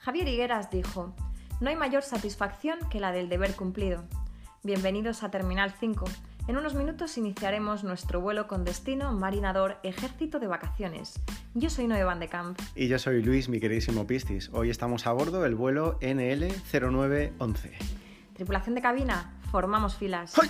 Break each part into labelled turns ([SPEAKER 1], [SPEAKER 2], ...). [SPEAKER 1] Javier Higueras dijo, no hay mayor satisfacción que la del deber cumplido. Bienvenidos a Terminal 5. En unos minutos iniciaremos nuestro vuelo con destino Marinador Ejército de Vacaciones. Yo soy Noé Van de Camp.
[SPEAKER 2] Y yo soy Luis, mi queridísimo Pistis. Hoy estamos a bordo del vuelo NL0911.
[SPEAKER 1] Tripulación de cabina, formamos filas.
[SPEAKER 2] ¡Hoy!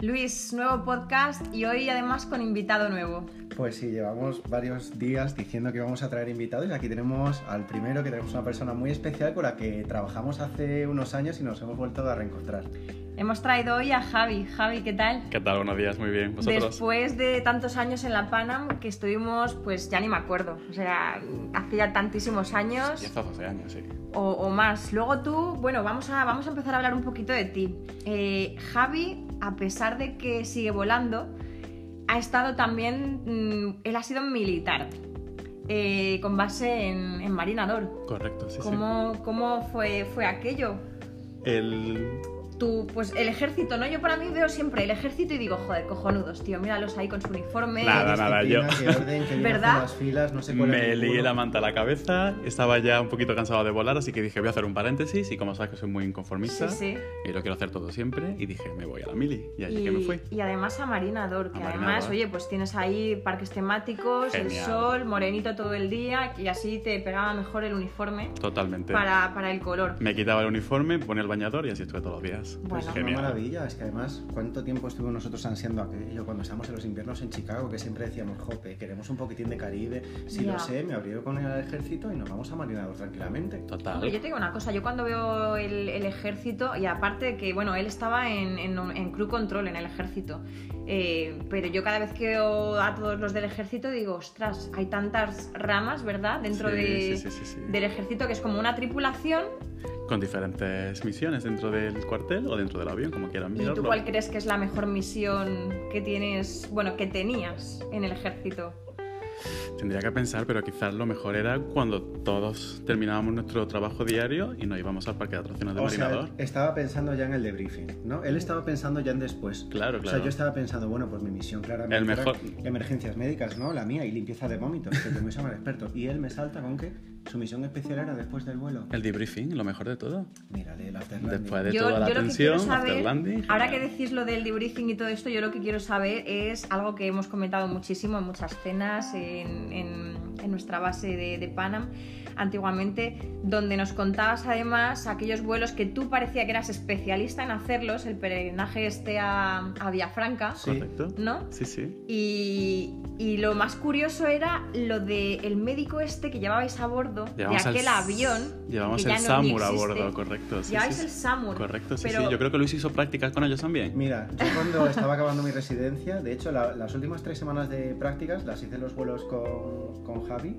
[SPEAKER 1] Luis, nuevo podcast y hoy además con invitado nuevo.
[SPEAKER 2] Pues sí, llevamos varios días diciendo que vamos a traer invitados y aquí tenemos al primero, que tenemos una persona muy especial con la que trabajamos hace unos años y nos hemos vuelto a reencontrar.
[SPEAKER 1] Hemos traído hoy a Javi. Javi, ¿qué tal?
[SPEAKER 3] ¿Qué tal? Buenos días, muy bien. ¿Vosotros?
[SPEAKER 1] Después de tantos años en la Panam que estuvimos, pues ya ni me acuerdo. O sea, hacía tantísimos años.
[SPEAKER 3] Ya está hace años, sí.
[SPEAKER 1] o, o más. Luego tú, bueno, vamos a, vamos a empezar a hablar un poquito de ti. Eh, Javi, a pesar de que sigue volando, ha estado también, mm, él ha sido militar, eh, con base en, en Marinador.
[SPEAKER 3] Correcto, sí,
[SPEAKER 1] ¿Cómo, cómo fue, fue aquello?
[SPEAKER 3] sí. El...
[SPEAKER 1] Tú, pues el ejército, ¿no? Yo para mí veo siempre el ejército y digo, joder, cojonudos, tío, míralos ahí con su uniforme.
[SPEAKER 3] Nada, nada.
[SPEAKER 2] Disciplina,
[SPEAKER 3] yo-
[SPEAKER 2] qué orden, qué bien
[SPEAKER 1] ¿Verdad?
[SPEAKER 2] hacen las filas, no sé cuál es
[SPEAKER 3] Me
[SPEAKER 2] el
[SPEAKER 3] lié
[SPEAKER 2] culo.
[SPEAKER 3] la manta a la cabeza, estaba ya un poquito cansado de volar, así que dije, voy a hacer un paréntesis y como sabes que soy muy
[SPEAKER 1] Sí,
[SPEAKER 3] inconformista
[SPEAKER 1] sí.
[SPEAKER 3] y lo quiero hacer todo siempre, y dije, me voy a la mili. Y allí que me fui.
[SPEAKER 1] y además a Marinador, que
[SPEAKER 3] A
[SPEAKER 1] además,
[SPEAKER 3] Marinador.
[SPEAKER 1] oye, pues tienes ahí parques temáticos, el
[SPEAKER 3] Genial.
[SPEAKER 1] sol, morenito todo el día, y así te pegaba mejor el uniforme
[SPEAKER 3] Totalmente.
[SPEAKER 1] para, para el color.
[SPEAKER 3] Me quitaba el uniforme, ponía el bañador y así estuve todos los días.
[SPEAKER 1] Bueno.
[SPEAKER 2] Pues es una
[SPEAKER 3] Genial.
[SPEAKER 2] maravilla, es que además, ¿cuánto tiempo estuvimos nosotros ansiando aquello cuando estábamos en los inviernos en Chicago? Que siempre decíamos, jope, queremos un poquitín de Caribe. Si
[SPEAKER 1] Ya.
[SPEAKER 2] lo sé, me abrió con el ejército y nos vamos a Marinador tranquilamente.
[SPEAKER 1] Hombre, yo
[SPEAKER 3] Total.
[SPEAKER 1] te digo una cosa, yo cuando veo el, el ejército, y aparte de que, bueno, él estaba en, en, un- en crew control, en el ejército, eh, pero yo cada vez que veo a todos los del ejército digo, ostras, hay tantas ramas, ¿verdad? Dentro
[SPEAKER 3] Sí,
[SPEAKER 1] de,
[SPEAKER 3] sí, sí, sí, sí.
[SPEAKER 1] del ejército, que es como una tripulación,
[SPEAKER 3] Con diferentes misiones dentro del cuartel o dentro del avión, como quieran
[SPEAKER 1] ¿Y tú
[SPEAKER 3] mirarlo.
[SPEAKER 1] cuál crees que es la mejor misión que tienes, bueno, que tenías en el ejército?
[SPEAKER 3] Tendría que pensar, pero quizás lo mejor era cuando todos terminábamos nuestro trabajo diario y nos íbamos al parque de atracciones de
[SPEAKER 2] O sea,
[SPEAKER 3] Marinador.
[SPEAKER 2] estaba pensando ya en el debriefing, ¿no? Él estaba pensando ya en después.
[SPEAKER 3] Claro,
[SPEAKER 2] O sea,
[SPEAKER 3] claro.
[SPEAKER 2] yo estaba pensando, bueno, pues mi misión claramente
[SPEAKER 3] El
[SPEAKER 2] era
[SPEAKER 3] mejor-
[SPEAKER 2] emergencias médicas, ¿no? La mía, y limpieza de vómitos, que me llama el experto. Y él me salta con que su misión especial era después del vuelo.
[SPEAKER 3] El debriefing, lo mejor de todo.
[SPEAKER 2] Mírale, el after landing.
[SPEAKER 3] Después de toda la tensión, after landing,
[SPEAKER 1] ahora que
[SPEAKER 3] genial.
[SPEAKER 1] decís lo del debriefing y todo esto, yo lo que quiero saber es algo que hemos comentado muchísimo en muchas cenas, en, en- en nuestra base de, de Panam, antiguamente, donde nos contabas además aquellos vuelos que tú parecía que eras especialista en hacerlos, el peregrinaje este a, a Villafranca,
[SPEAKER 2] Sí.
[SPEAKER 3] Correcto.
[SPEAKER 1] ¿no?
[SPEAKER 3] Sí, sí.
[SPEAKER 1] Y, y lo más curioso era lo del médico este que llevabais a bordo
[SPEAKER 3] Llevamos
[SPEAKER 1] de aquel
[SPEAKER 3] al s-
[SPEAKER 1] avión.
[SPEAKER 3] Llevamos
[SPEAKER 1] que ya
[SPEAKER 3] el
[SPEAKER 1] no
[SPEAKER 3] Samur a
[SPEAKER 1] existe.
[SPEAKER 3] bordo, correcto. Sí,
[SPEAKER 1] Lleváis
[SPEAKER 3] sí,
[SPEAKER 1] el
[SPEAKER 3] sí.
[SPEAKER 1] Samur.
[SPEAKER 3] Correcto, sí,
[SPEAKER 1] Pero-
[SPEAKER 3] sí. Yo creo que Luis hizo prácticas con ellos también.
[SPEAKER 2] Mira, yo cuando estaba acabando mi residencia, de hecho la- las últimas tres semanas de prácticas las hice en los vuelos con, con Javi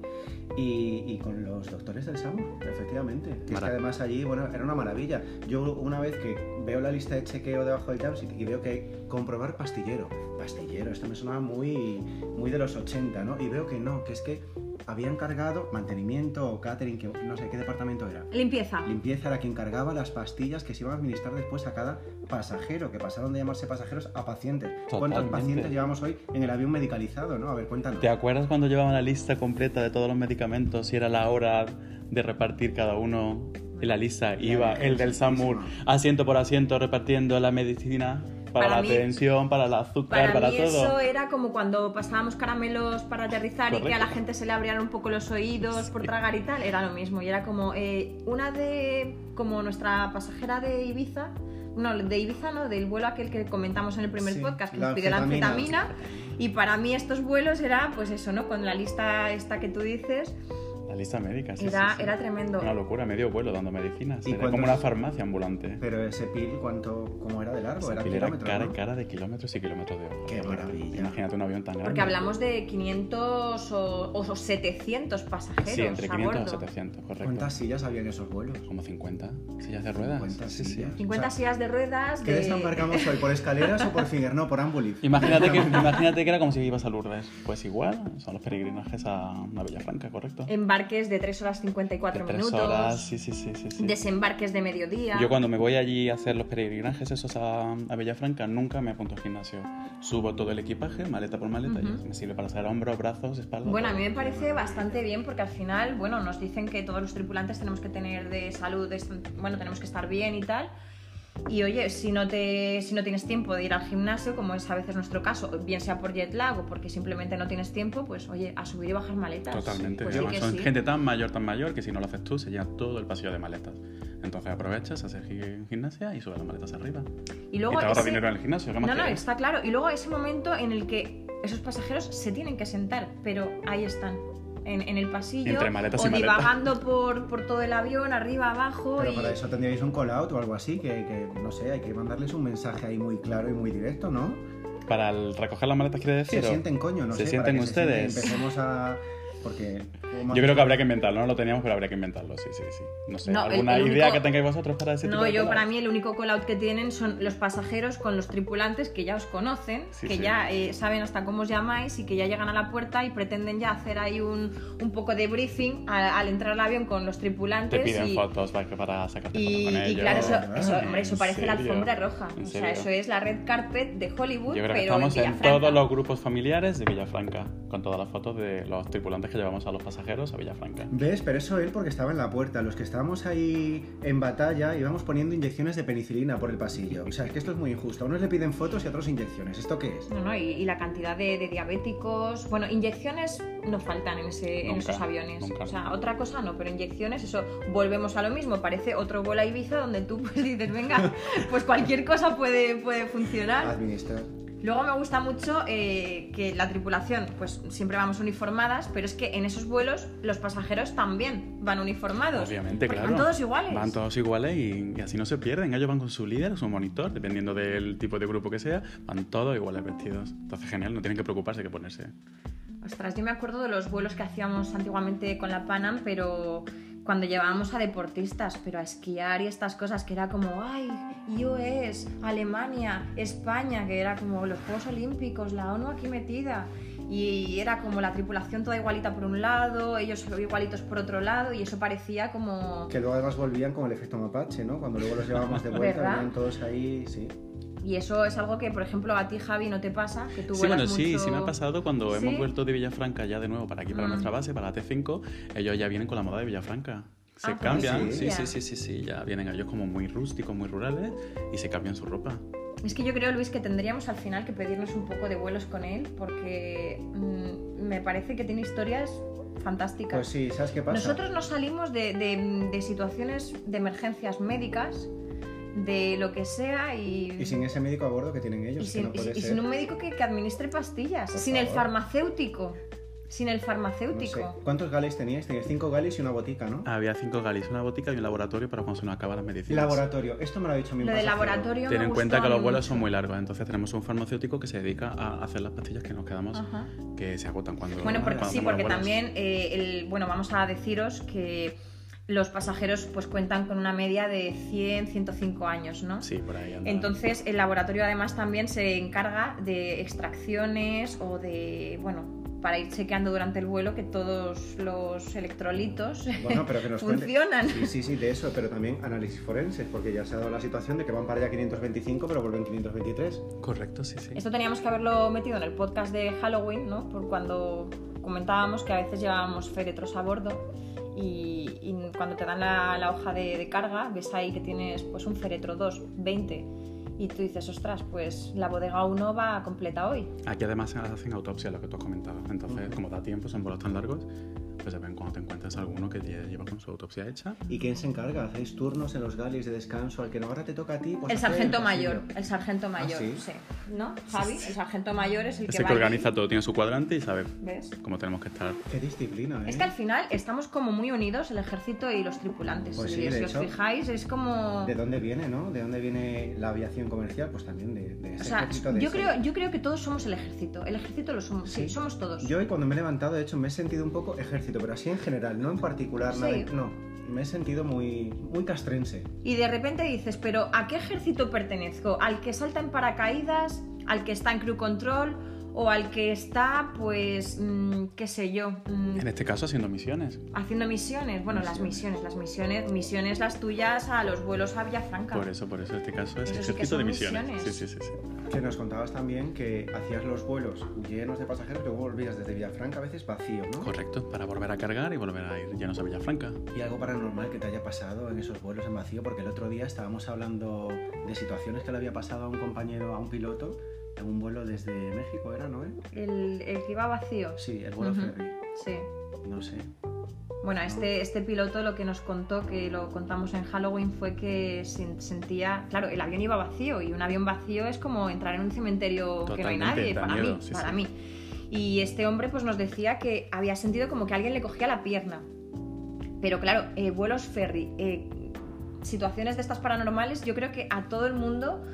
[SPEAKER 2] y, y con los doctores del SAMUR, efectivamente. Que es que
[SPEAKER 3] Mara-
[SPEAKER 2] además allí, bueno, era una maravilla. Yo una vez que veo la lista de chequeo debajo del Jamsit y veo que hay comprobar pastillero, pastillero, esto me sonaba muy, muy de los 80, ¿no? Y veo que no, que es que habían cargado mantenimiento o catering, que no sé qué departamento era.
[SPEAKER 1] Limpieza.
[SPEAKER 2] Limpieza era quien cargaba las pastillas que se iban a administrar después a cada pasajero, que pasaron de llamarse pasajeros a pacientes. ¿Cuántos
[SPEAKER 3] Totalmente.
[SPEAKER 2] pacientes llevamos hoy en el avión medicalizado, no? A ver, cuéntanos.
[SPEAKER 3] ¿Te acuerdas cuando llevaban la lista completa de todos los medicamentos y era la hora de repartir cada uno en la lista? Iba el del SAMUR asiento por asiento repartiendo la medicina para,
[SPEAKER 1] Para
[SPEAKER 3] la
[SPEAKER 1] mí-
[SPEAKER 3] tensión, para el azúcar,
[SPEAKER 1] Para,
[SPEAKER 3] para,
[SPEAKER 1] mí
[SPEAKER 3] todo.
[SPEAKER 1] eso era como cuando pasábamos caramelos para aterrizar y que a la
[SPEAKER 3] Correcto.
[SPEAKER 1] gente se le abrían un poco los oídos por tragar y tal, era lo mismo. Y era como eh, una de, como nuestra pasajera de Ibiza, no, de Ibiza no, del vuelo aquel que comentamos en el primer
[SPEAKER 2] Sí,
[SPEAKER 1] podcast, que
[SPEAKER 2] la
[SPEAKER 1] nos pidió la
[SPEAKER 2] anfetamina.
[SPEAKER 1] anfetamina. Y para mí estos vuelos era pues eso, ¿no? Con la lista esta que tú dices.
[SPEAKER 3] La lista médica, sí.
[SPEAKER 1] Era,
[SPEAKER 3] sí, sí.
[SPEAKER 1] era tremendo.
[SPEAKER 3] Una locura, medio vuelo dando medicinas.
[SPEAKER 2] ¿Y
[SPEAKER 3] Era
[SPEAKER 2] cuántos-
[SPEAKER 3] como una farmacia ambulante.
[SPEAKER 2] Pero ese pil, ¿cuánto, ¿cómo era de largo?
[SPEAKER 3] Ese
[SPEAKER 2] Era
[SPEAKER 3] pil era
[SPEAKER 2] kilómetro,
[SPEAKER 3] cara
[SPEAKER 2] ¿no?
[SPEAKER 3] y cara de kilómetros y kilómetros de hoja.
[SPEAKER 2] Qué maravilla.
[SPEAKER 3] Imagínate un avión tan grande.
[SPEAKER 1] Porque hablamos de 500 o, o 700 pasajeros.
[SPEAKER 3] Sí, entre 500
[SPEAKER 1] a
[SPEAKER 3] o
[SPEAKER 1] bordo.
[SPEAKER 3] 700, correcto.
[SPEAKER 2] ¿Cuántas sillas había en esos vuelos?
[SPEAKER 3] Como 50 sillas de ruedas.
[SPEAKER 2] 50
[SPEAKER 3] Sí, sí.
[SPEAKER 2] sillas.
[SPEAKER 1] 50
[SPEAKER 2] O sea,
[SPEAKER 1] sillas de ruedas.
[SPEAKER 2] ¿Qué
[SPEAKER 1] de-
[SPEAKER 2] desembarcamos hoy? ¿Por escaleras o por finger? No, por Ambulift.
[SPEAKER 3] Imagínate que, imagínate que era como si ibas a Lourdes. Pues igual, son los peregrinajes a una Villa Franca, correcto.
[SPEAKER 1] Embarques de 3 horas 54
[SPEAKER 3] De tres
[SPEAKER 1] minutos.
[SPEAKER 3] horas, sí, sí, sí, sí, sí.
[SPEAKER 1] Desembarques de mediodía.
[SPEAKER 3] Yo cuando me voy allí a hacer los peregrinajes esos a, a Villafranca, nunca me apunto al gimnasio. Subo todo el equipaje, maleta por maleta, y
[SPEAKER 1] Ujú.
[SPEAKER 3] me sirve para hacer hombros, brazos, espalda.
[SPEAKER 1] Bueno, a
[SPEAKER 3] todo.
[SPEAKER 1] mí me parece bastante bien porque al final, bueno, nos dicen que todos los tripulantes tenemos que tener de salud, de est- bueno, tenemos que estar bien y tal. Y oye, si no, te, si no tienes tiempo de ir al gimnasio, como es a veces nuestro caso, bien sea por jet lag o porque simplemente no tienes tiempo, pues oye, a subir y bajar maletas.
[SPEAKER 3] Totalmente.
[SPEAKER 1] Pues sí
[SPEAKER 3] además
[SPEAKER 1] que
[SPEAKER 3] son
[SPEAKER 1] sí.
[SPEAKER 3] gente tan mayor, tan mayor, que si no lo haces tú, se llena todo el pasillo de maletas. Entonces aprovechas, haces gi- gimnasia y subes las maletas arriba.
[SPEAKER 1] Y
[SPEAKER 3] Y
[SPEAKER 1] luego
[SPEAKER 3] te ahorras
[SPEAKER 1] ese-
[SPEAKER 3] dinero en el gimnasio, ¿qué más
[SPEAKER 1] No, no,
[SPEAKER 3] quieres?
[SPEAKER 1] está claro. Y luego ese momento en el que esos pasajeros se tienen que sentar, pero ahí están, en, en el pasillo,
[SPEAKER 3] Entre maletas
[SPEAKER 1] o
[SPEAKER 3] y maletas.
[SPEAKER 1] divagando por, por todo el avión, arriba, abajo.
[SPEAKER 2] Pero
[SPEAKER 1] y...
[SPEAKER 2] para eso tendríais un call-out o algo así, que, que, no sé, hay que mandarles un mensaje ahí muy claro y muy directo, ¿no?
[SPEAKER 3] Para el recoger las maletas, quiere decir.
[SPEAKER 2] Se
[SPEAKER 3] o-
[SPEAKER 2] sienten coño, no
[SPEAKER 3] se
[SPEAKER 2] sé.
[SPEAKER 3] sienten
[SPEAKER 2] para que
[SPEAKER 3] ustedes.
[SPEAKER 2] empecemos a... Porque... oh,
[SPEAKER 3] Yo creo que habría que inventarlo, no lo teníamos, pero habría que inventarlo, sí, sí, sí. No sé,
[SPEAKER 1] No, el-
[SPEAKER 3] ¿alguna
[SPEAKER 1] el
[SPEAKER 3] idea
[SPEAKER 1] único-
[SPEAKER 3] que tengáis vosotros para ese tipo
[SPEAKER 1] No,
[SPEAKER 3] de
[SPEAKER 1] yo
[SPEAKER 3] cosas?
[SPEAKER 1] para mí el único call-out que tienen son los pasajeros con los tripulantes que ya os conocen,
[SPEAKER 3] Sí,
[SPEAKER 1] que
[SPEAKER 3] sí.
[SPEAKER 1] ya eh, saben hasta cómo os llamáis y que ya llegan a la puerta y pretenden ya hacer ahí un, un poco de briefing a- al entrar al avión con los
[SPEAKER 3] Te
[SPEAKER 1] tripulantes.
[SPEAKER 3] piden
[SPEAKER 1] y,
[SPEAKER 3] fotos para, para sacarte
[SPEAKER 1] y-
[SPEAKER 3] fotos con
[SPEAKER 1] y
[SPEAKER 3] ellos.
[SPEAKER 1] claro, eso,
[SPEAKER 2] Ah,
[SPEAKER 1] eso, hombre, eso
[SPEAKER 3] ¿en
[SPEAKER 1] parece la
[SPEAKER 3] serio?
[SPEAKER 1] alfombra roja.
[SPEAKER 3] ¿En
[SPEAKER 1] O sea,
[SPEAKER 3] serio?
[SPEAKER 1] eso es la red carpet de Hollywood,
[SPEAKER 3] Yo creo
[SPEAKER 1] pero
[SPEAKER 3] que estamos
[SPEAKER 1] en,
[SPEAKER 3] en
[SPEAKER 1] Villafranca.
[SPEAKER 3] todos los grupos familiares de Villafranca, con todas las fotos de los tripulantes que llevamos a los pasajeros a Villafranca.
[SPEAKER 2] ¿Ves? Pero eso él porque estaba en la puerta. Los que estábamos ahí en batalla íbamos poniendo inyecciones de penicilina por el pasillo. O sea, es que esto es muy injusto. A unos le piden fotos y a otros inyecciones. ¿Esto qué es?
[SPEAKER 1] No, no, y, y la cantidad de, de diabéticos. Bueno, inyecciones no faltan en, ese, en
[SPEAKER 3] Nunca,
[SPEAKER 1] esos aviones.
[SPEAKER 3] nunca.
[SPEAKER 1] O sea, otra cosa no, pero inyecciones, eso, volvemos a lo mismo. Parece otro bola Ibiza donde tú pues, dices, venga, pues cualquier cosa puede, puede
[SPEAKER 3] Ah.
[SPEAKER 1] funcionar.
[SPEAKER 2] Administrar.
[SPEAKER 1] Luego me gusta mucho eh, que la tripulación, pues siempre vamos uniformadas, pero es que en esos vuelos los pasajeros también van uniformados.
[SPEAKER 3] Obviamente,
[SPEAKER 1] Porque
[SPEAKER 3] claro.
[SPEAKER 1] Van todos iguales.
[SPEAKER 3] Van todos iguales y, y así no se pierden. Ellos van con su líder o su monitor, dependiendo del tipo de grupo que sea, van todos iguales vestidos. Entonces, genial, no tienen que preocuparse que ponerse.
[SPEAKER 1] Ostras, yo me acuerdo de los vuelos que hacíamos antiguamente con la Panam, pero cuando llevábamos a deportistas, pero a esquiar y estas cosas, que era como, ay, US, Alemania, España, que era como los Juegos Olímpicos, la ONU aquí metida. Y era como la tripulación toda igualita por un lado, ellos igualitos por otro lado, y eso parecía como...
[SPEAKER 2] Que luego además volvían con el efecto mapache, ¿no? Cuando luego los llevábamos de vuelta,
[SPEAKER 1] ¿Verdad?
[SPEAKER 2] venían todos ahí, sí.
[SPEAKER 1] Y eso es algo que, por ejemplo, a ti, Javi, no te pasa, que tú
[SPEAKER 3] Sí,
[SPEAKER 1] vuelas
[SPEAKER 3] bueno, sí,
[SPEAKER 1] mucho-
[SPEAKER 3] sí me ha pasado cuando
[SPEAKER 1] ¿Sí?
[SPEAKER 3] hemos vuelto de Villafranca ya de nuevo para aquí, para
[SPEAKER 1] Mm.
[SPEAKER 3] nuestra base, para la T5, ellos ya vienen con la moda de Villafranca. Se
[SPEAKER 1] Ah, pues
[SPEAKER 3] cambian,
[SPEAKER 2] sí.
[SPEAKER 3] sí, sí, sí, sí, sí, ya vienen ellos como muy rústicos, muy rurales y se cambian su ropa.
[SPEAKER 1] Es que yo creo, Luis, que tendríamos al final que pedirnos un poco de vuelos con él porque mm, me parece que tiene historias fantásticas.
[SPEAKER 2] Pues sí, ¿sabes qué pasa?
[SPEAKER 1] Nosotros no salimos de, de- de situaciones de emergencias médicas, de lo que sea y...
[SPEAKER 2] Y sin ese médico a bordo que tienen
[SPEAKER 1] y
[SPEAKER 2] ellos,
[SPEAKER 1] sin-
[SPEAKER 2] que no
[SPEAKER 1] y-
[SPEAKER 2] puede
[SPEAKER 1] y
[SPEAKER 2] ser.
[SPEAKER 1] sin un médico que, que administre pastillas,
[SPEAKER 2] Por
[SPEAKER 1] sin el
[SPEAKER 2] favor.
[SPEAKER 1] farmacéutico, sin el
[SPEAKER 2] No sé.
[SPEAKER 1] farmacéutico.
[SPEAKER 2] ¿Cuántos gales teníais? Teníais cinco gales y una botica, ¿no?
[SPEAKER 3] Había cinco galis, una botica y un laboratorio para cuando se nos acaban las medicinas.
[SPEAKER 2] Laboratorio. Esto me lo ha dicho mi
[SPEAKER 1] Lo de
[SPEAKER 2] pasajero.
[SPEAKER 1] laboratorio...
[SPEAKER 3] Ten
[SPEAKER 1] me
[SPEAKER 3] en cuenta
[SPEAKER 1] gustó
[SPEAKER 3] que
[SPEAKER 1] a mí
[SPEAKER 3] los vuelos son
[SPEAKER 1] mucho.
[SPEAKER 3] muy largos, entonces tenemos un farmacéutico que se dedica a hacer las pastillas que nos quedamos,
[SPEAKER 1] Ajá.
[SPEAKER 3] que se agotan cuando.
[SPEAKER 1] Ah. Bueno, porque,
[SPEAKER 3] cuando
[SPEAKER 1] sí,
[SPEAKER 3] hacemos los
[SPEAKER 1] porque
[SPEAKER 3] vuelos.
[SPEAKER 1] también, eh, el, bueno, vamos a deciros que los pasajeros pues cuentan con una media de 100, 105 años, ¿no?
[SPEAKER 3] Sí, por ahí anda.
[SPEAKER 1] Entonces, el laboratorio además también se encarga de extracciones o de, bueno, para ir chequeando durante el vuelo que todos los electrolitos
[SPEAKER 2] Bueno, pero que nos cuente.
[SPEAKER 1] funcionan.
[SPEAKER 2] Sí, sí, sí, de eso, pero también análisis forenses, porque ya se ha dado la situación de que van para allá 525, pero vuelven 523.
[SPEAKER 3] Correcto, sí, sí.
[SPEAKER 1] Esto teníamos que haberlo metido en el podcast de Halloween, ¿no? Por cuando comentábamos que a veces llevábamos féretros a bordo y, y cuando te dan la, la hoja de, de carga, ves ahí que tienes pues un féretro 2, 20 y tú dices, ostras, pues la bodega 1 va completa hoy.
[SPEAKER 3] Aquí además se hacen autopsias, lo que tú has comentado. Entonces,
[SPEAKER 2] Ujú.
[SPEAKER 3] como da tiempo, son vuelos tan largos, pues ya ven cuando te encuentras alguno que ya lleva con su autopsia hecha.
[SPEAKER 2] ¿Y quién se encarga? ¿Hacéis turnos en los galis de descanso? Al que no ahora te toca a ti, pues
[SPEAKER 1] El
[SPEAKER 2] hacer
[SPEAKER 1] sargento
[SPEAKER 2] pasillo.
[SPEAKER 1] mayor, el sargento mayor,
[SPEAKER 2] sí?
[SPEAKER 1] sí. ¿No? Javi, el sargento mayor es el que
[SPEAKER 3] Ese que,
[SPEAKER 1] va allí,
[SPEAKER 3] organiza todo, tiene su cuadrante y sabe
[SPEAKER 1] ¿Ves?
[SPEAKER 2] ¿Eh?
[SPEAKER 3] cómo tenemos que estar.
[SPEAKER 2] Qué disciplina, ¿eh?
[SPEAKER 1] Es que al final estamos como muy unidos el ejército y los tripulantes.
[SPEAKER 2] Pues
[SPEAKER 1] y
[SPEAKER 2] sí, de
[SPEAKER 1] si
[SPEAKER 2] hecho.
[SPEAKER 1] os fijáis, es como.
[SPEAKER 2] ¿De dónde viene, no? ¿De dónde viene la aviación comercial? Pues también de, de ese
[SPEAKER 1] O sea,
[SPEAKER 2] ejército de
[SPEAKER 1] yo
[SPEAKER 2] ese-
[SPEAKER 1] creo, yo creo que todos somos el ejército. El ejército lo somos, sí,
[SPEAKER 2] Sí.
[SPEAKER 1] somos todos.
[SPEAKER 2] Yo hoy cuando me he levantado, de hecho, me he sentido un poco ejército, pero así en general, no en particular, nada
[SPEAKER 1] Sí.
[SPEAKER 2] en- no. Me he sentido muy, muy castrense.
[SPEAKER 1] Y de repente dices, pero ¿a qué ejército pertenezco? ¿Al que salta en paracaídas? ¿Al que está en crew control? ¿O al que está, pues, mm, qué sé yo, mm,
[SPEAKER 3] En este caso haciendo misiones.
[SPEAKER 1] haciendo misiones? Bueno, las misiones, las misiones, misiones las tuyas a los vuelos a Villafranca.
[SPEAKER 3] Por eso, por eso este caso es
[SPEAKER 1] Eso sí que
[SPEAKER 3] ejército
[SPEAKER 1] son
[SPEAKER 3] de misiones.
[SPEAKER 1] misiones.
[SPEAKER 3] Sí, sí, sí, sí.
[SPEAKER 2] Que nos contabas también que hacías los vuelos llenos de pasajeros, luego volvías desde Villafranca a veces vacío, ¿no?
[SPEAKER 3] Correcto, para volver a cargar y volver a ir llenos a Villafranca.
[SPEAKER 2] Y algo paranormal que te haya pasado en esos vuelos en vacío, porque el otro día estábamos hablando de situaciones que le había pasado a un compañero, a un piloto, en un vuelo desde México, ¿era, no? eh?
[SPEAKER 1] El, el que iba vacío.
[SPEAKER 2] Sí, el vuelo
[SPEAKER 1] Ujú.
[SPEAKER 2] ferry.
[SPEAKER 1] Sí.
[SPEAKER 2] No sé.
[SPEAKER 1] Bueno, este, este piloto lo que nos contó, que lo contamos en Halloween, fue que sen- sentía, claro, el avión iba vacío y un avión vacío es como entrar en un cementerio que no hay
[SPEAKER 3] Totalmente,
[SPEAKER 1] nadie,
[SPEAKER 3] da
[SPEAKER 1] para
[SPEAKER 3] miedo,
[SPEAKER 1] mí,
[SPEAKER 3] sí,
[SPEAKER 1] para
[SPEAKER 3] sí.
[SPEAKER 1] mí. Y este hombre pues nos decía que había sentido como que alguien le cogía la pierna. Pero claro, eh, vuelos ferry, eh, situaciones de estas paranormales, yo creo que a todo el mundo,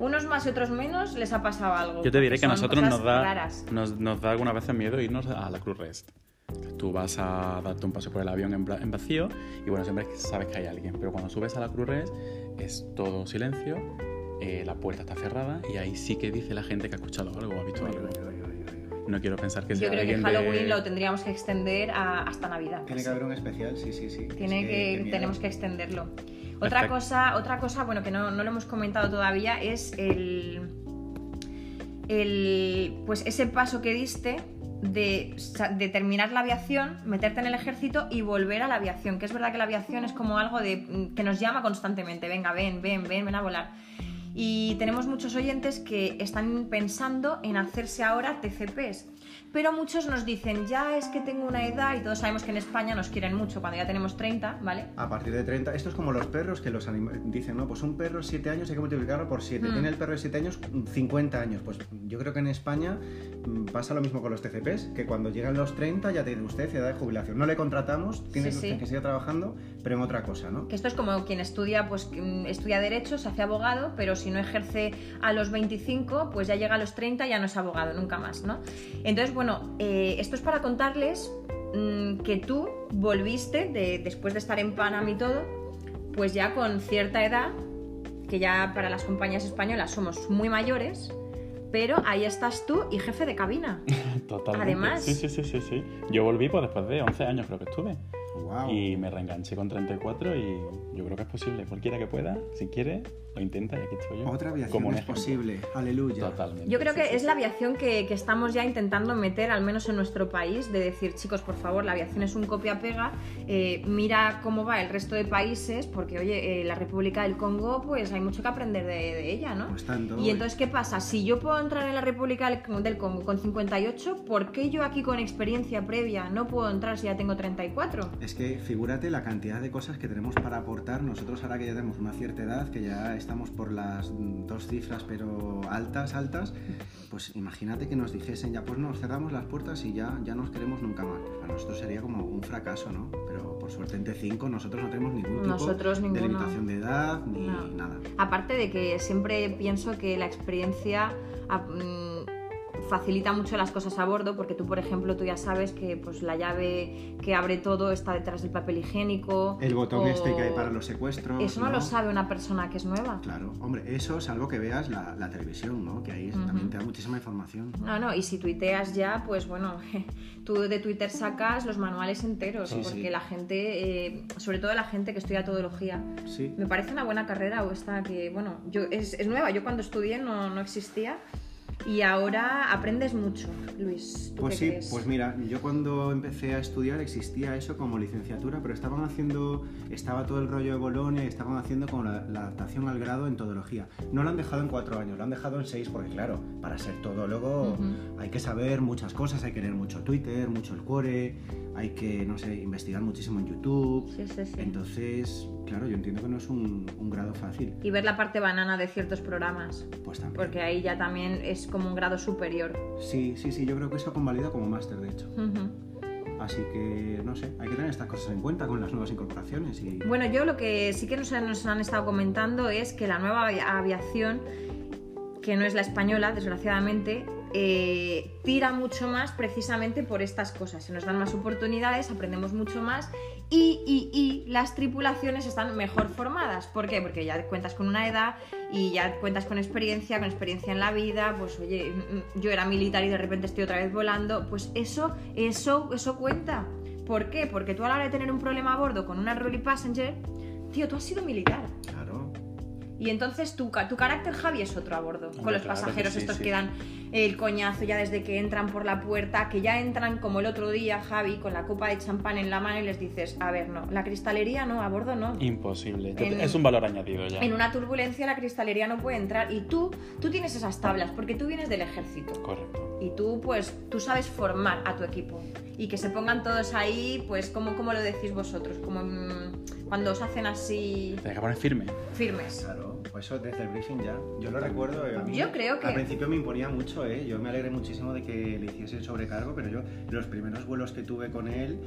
[SPEAKER 1] unos más y otros menos, les ha pasado algo.
[SPEAKER 3] Yo te diré
[SPEAKER 1] porque
[SPEAKER 3] que a
[SPEAKER 1] son
[SPEAKER 3] nosotros
[SPEAKER 1] cosas
[SPEAKER 3] nos da,
[SPEAKER 1] raras.
[SPEAKER 3] nos, nos da algunas veces miedo irnos a la Cruz Rest. Tú vas a darte un paseo por el avión en, bra- en vacío y bueno, siempre sabes que hay alguien, pero cuando subes a la Cruz Rest es todo silencio, eh, la puerta está cerrada y ahí sí que dice la gente que ha escuchado algo o ha visto
[SPEAKER 2] Oye,
[SPEAKER 3] algo.
[SPEAKER 2] oye, oye, oye, oye.
[SPEAKER 3] No quiero pensar que sea
[SPEAKER 1] Yo creo que
[SPEAKER 3] alguien
[SPEAKER 1] Halloween
[SPEAKER 3] de...
[SPEAKER 1] lo tendríamos que extender a- hasta Navidad.
[SPEAKER 2] Tiene que
[SPEAKER 1] casi.
[SPEAKER 2] haber un especial, sí, sí, sí.
[SPEAKER 1] Tiene
[SPEAKER 2] Es
[SPEAKER 1] que,
[SPEAKER 2] qué miedo.
[SPEAKER 1] tenemos que extenderlo. Otra
[SPEAKER 3] Perfecto.
[SPEAKER 1] cosa, otra cosa, bueno, que no, no lo hemos comentado todavía, es el, el pues ese paso que diste de, sa- de terminar la aviación, meterte en el ejército y volver a la aviación. Que es verdad que la aviación es como algo de, mm, que nos llama constantemente, venga, ven, ven, ven, ven a volar. Y tenemos muchos oyentes que están pensando en hacerse ahora TCPs. Pero muchos nos dicen, ya es que tengo una edad y todos sabemos que en España nos quieren mucho cuando ya tenemos 30, ¿vale?
[SPEAKER 2] A partir de 30, esto es como los perros que los anima- dicen, no, pues un perro de 7 años hay que multiplicarlo por 7.
[SPEAKER 1] Mm.
[SPEAKER 2] Tiene el perro de 7 años mm, 50 años. Pues yo creo que en España mm, pasa lo mismo con los TCPs, que cuando llegan los 30 ya tiene usted edad de jubilación. No le contratamos, tiene
[SPEAKER 1] Sí,
[SPEAKER 2] usted
[SPEAKER 1] sí.
[SPEAKER 2] que seguir trabajando, pero en otra cosa, ¿no?
[SPEAKER 1] Que esto es como quien estudia, pues mm, estudia derecho, se hace abogado, pero si no ejerce a los 25, pues ya llega a los 30 y ya no es abogado nunca más, ¿no? Entonces, bueno, eh, esto es para contarles mm, que tú volviste de- después de estar en Panamá y todo, pues ya con cierta edad, que ya para las compañías españolas somos muy mayores, pero ahí estás tú y jefe de cabina.
[SPEAKER 3] Totalmente.
[SPEAKER 1] Además-
[SPEAKER 3] Sí, sí, sí, sí, sí. Yo volví pues, después de 11 años creo que estuve
[SPEAKER 2] Wow.
[SPEAKER 3] y me reenganché con 34 y yo creo que es posible. Cualquiera que pueda, si quiere, lo intenta y aquí estoy yo.
[SPEAKER 2] Otra aviación
[SPEAKER 3] Como un
[SPEAKER 2] es
[SPEAKER 3] ejemplo.
[SPEAKER 2] posible. Aleluya.
[SPEAKER 3] Totalmente.
[SPEAKER 1] Yo creo
[SPEAKER 3] sí, sí,
[SPEAKER 1] que es la aviación que, que estamos ya intentando meter, al menos en nuestro país, de decir, chicos, por favor, la aviación es un copia-pega, eh, mira cómo va el resto de países, porque, oye, eh, la República del Congo, pues hay mucho que aprender de, de ella, ¿no?
[SPEAKER 2] Pues tanto.
[SPEAKER 1] Y entonces, ¿qué pasa? Si yo puedo entrar en la República del- del Congo con 58, ¿por qué yo aquí con experiencia previa no puedo entrar si ya tengo 34?
[SPEAKER 2] Es que figúrate la cantidad de cosas que tenemos para aportar nosotros ahora que ya tenemos una cierta edad, que ya estamos por las mm, dos cifras pero altas, altas, pues imagínate que nos dijesen ya pues nos cerramos las puertas y ya, ya nos queremos nunca más. Para nosotros sería como un fracaso, ¿no? Pero por suerte en T5 nosotros no tenemos ningún tipo
[SPEAKER 1] Nosotros
[SPEAKER 2] de
[SPEAKER 1] ninguno.
[SPEAKER 2] limitación de edad ni
[SPEAKER 1] No.
[SPEAKER 2] nada.
[SPEAKER 1] Aparte de que siempre pienso que la experiencia ah, mm, facilita mucho las cosas a bordo, porque tú, por ejemplo, tú ya sabes que pues, la llave que abre todo está detrás del papel higiénico.
[SPEAKER 2] El botón
[SPEAKER 1] o-
[SPEAKER 2] este que hay para los secuestros.
[SPEAKER 1] Eso no, lo sabe una persona que es nueva.
[SPEAKER 2] Claro, hombre, eso es algo que veas la, la televisión, ¿no? Que ahí
[SPEAKER 1] Ujú.
[SPEAKER 2] también te da muchísima información.
[SPEAKER 1] No, no, y si tuiteas ya, pues bueno, tú de Twitter sacas los manuales enteros,
[SPEAKER 2] Sí,
[SPEAKER 1] porque
[SPEAKER 2] sí.
[SPEAKER 1] la gente, eh, sobre todo la gente que estudia todología,
[SPEAKER 2] Sí.
[SPEAKER 1] Me parece una buena carrera o esta que, bueno, yo es, es nueva, yo cuando estudié no, no existía Y ahora aprendes mucho, Luis. ¿tú qué
[SPEAKER 2] Pues sí,
[SPEAKER 1] crees?
[SPEAKER 2] pues mira, yo cuando empecé a estudiar existía eso como licenciatura, pero estaban haciendo, estaba todo el rollo de Bolonia y estaban haciendo como la, la adaptación al grado en todología. No lo han dejado en cuatro años, lo han dejado en seis, porque claro, para ser todólogo
[SPEAKER 1] Ujú.
[SPEAKER 2] hay que saber muchas cosas, hay que leer mucho Twitter, mucho el cuore, hay que, no sé, investigar muchísimo en YouTube.
[SPEAKER 1] Sí, sí, sí.
[SPEAKER 2] Entonces, claro, yo entiendo que no es un, un grado fácil,
[SPEAKER 1] Y ver la parte banana de ciertos programas,
[SPEAKER 2] pues también.
[SPEAKER 1] porque ahí ya también es como un grado superior.
[SPEAKER 2] Sí, sí, sí, yo creo que eso convalida como máster, de hecho.
[SPEAKER 1] Ujú.
[SPEAKER 2] Así que, no sé, hay que tener estas cosas en cuenta con las nuevas incorporaciones y...
[SPEAKER 1] Bueno, yo lo que sí que nos han, nos han estado comentando es que la nueva avi- aviación, que no es la española, desgraciadamente, eh, tira mucho más precisamente por estas cosas. Se nos dan más oportunidades, aprendemos mucho más y, y- y las tripulaciones están mejor formadas. ¿Por qué? Porque ya cuentas con una edad y ya cuentas con experiencia, con experiencia en la vida. Pues oye, mm, mm, yo era militar y de repente estoy otra vez volando. Pues eso, eso, eso cuenta. ¿Por qué? Porque tú a la hora de tener un problema a bordo con una Rolly Passenger, tío, tú has sido militar.
[SPEAKER 2] Claro.
[SPEAKER 1] Y entonces tu, ca- tu carácter Javi es otro a bordo. con
[SPEAKER 3] Hombre,
[SPEAKER 1] los
[SPEAKER 3] claro que
[SPEAKER 1] pasajeros
[SPEAKER 3] sí,
[SPEAKER 1] estos
[SPEAKER 3] sí.
[SPEAKER 1] que dan el coñazo ya desde que entran por la puerta, que ya entran como el otro día Javi con la copa de champán en la mano y les dices, a ver, no, la cristalería no, a bordo no.
[SPEAKER 3] Imposible. Yo-
[SPEAKER 1] En-
[SPEAKER 3] Es un valor añadido ya.
[SPEAKER 1] En una turbulencia la cristalería no puede entrar y tú, tú tienes esas tablas porque tú vienes del ejército.
[SPEAKER 3] Correcto.
[SPEAKER 1] Y tú, pues, tú sabes formar a tu equipo. Y que se pongan todos ahí, pues, como, como lo decís vosotros, como mm, cuando os hacen así
[SPEAKER 3] Tienes que poner firme.
[SPEAKER 1] firmes.
[SPEAKER 2] Claro, pues eso desde el briefing ya. Yo lo recuerdo. eh, a mí-
[SPEAKER 1] Yo creo que-
[SPEAKER 2] Al principio me imponía mucho, ¿eh? Yo me alegré muchísimo de que le hiciese el sobrecargo, pero yo los primeros vuelos que tuve con él,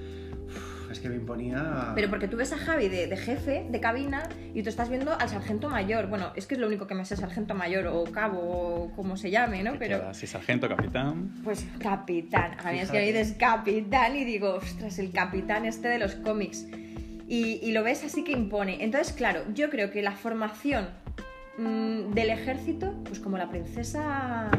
[SPEAKER 2] uf, es que me imponía...
[SPEAKER 1] Pero porque tú ves a Javi de, de jefe, de cabina, y tú estás viendo al sargento mayor. Bueno, es que es lo único que me sé, sargento mayor o cabo o como se llame, ¿no?
[SPEAKER 3] Te
[SPEAKER 1] Pero...
[SPEAKER 3] quedas, si sargento, capitán.
[SPEAKER 1] Pues capitán. A mí es que
[SPEAKER 2] Fíjate.
[SPEAKER 1] me dices capitán y digo, ostras, el capitán este de los cómics. Y, y lo ves así que impone. Entonces, claro, yo creo que la formación mm, del ejército, pues como la princesa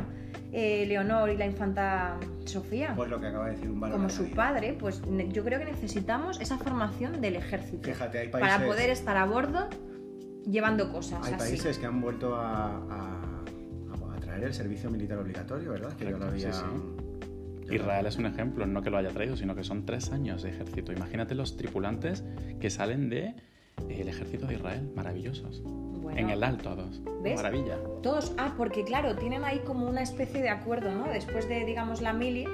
[SPEAKER 1] eh, Leonor y la infanta Sofía,
[SPEAKER 2] Pues lo que acaba de decir un valor.
[SPEAKER 1] como
[SPEAKER 2] añadido.
[SPEAKER 1] su padre, pues ne- yo creo que necesitamos esa formación del ejército.
[SPEAKER 2] Fíjate, hay países...
[SPEAKER 1] para poder estar a bordo llevando cosas
[SPEAKER 2] Hay
[SPEAKER 1] así.
[SPEAKER 2] países que han vuelto a, a- a- a traer el servicio militar obligatorio, ¿verdad? Que yo lo
[SPEAKER 3] Correcto, sí,
[SPEAKER 2] había... yo
[SPEAKER 3] Israel es un ejemplo, no que lo haya traído, sino que son tres años de ejército. Imagínate los tripulantes que salen de eh, el ejército de Israel, maravillosos.
[SPEAKER 1] Bueno,
[SPEAKER 3] En el alto a dos.
[SPEAKER 1] ¿Ves?
[SPEAKER 3] Maravilla.
[SPEAKER 1] Todos, ah, porque claro, tienen ahí como una especie de acuerdo, ¿no? Después de, digamos, la mili,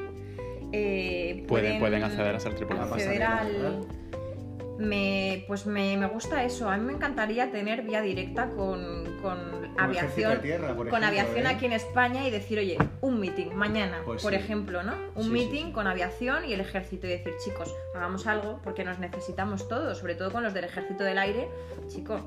[SPEAKER 1] eh,
[SPEAKER 3] Pueden- pueden acceder a ser tripulados.
[SPEAKER 1] acceder
[SPEAKER 2] A pasarela,
[SPEAKER 1] al... Me, pues me, me gusta eso, a mí me encantaría tener vía directa con, con
[SPEAKER 2] Como ejército
[SPEAKER 1] aviación.
[SPEAKER 2] de tierra, por
[SPEAKER 1] con
[SPEAKER 2] ejemplo,
[SPEAKER 1] aviación
[SPEAKER 2] ¿eh?
[SPEAKER 1] aquí en España y decir, oye, un meeting mañana,
[SPEAKER 2] Pues
[SPEAKER 1] por
[SPEAKER 2] sí.
[SPEAKER 1] ejemplo, ¿no? Un
[SPEAKER 2] Sí, sí,
[SPEAKER 1] meeting
[SPEAKER 2] sí.
[SPEAKER 1] con aviación y el ejército y decir, chicos, hagamos algo porque nos necesitamos todos, sobre todo con los del ejército del aire. Chico,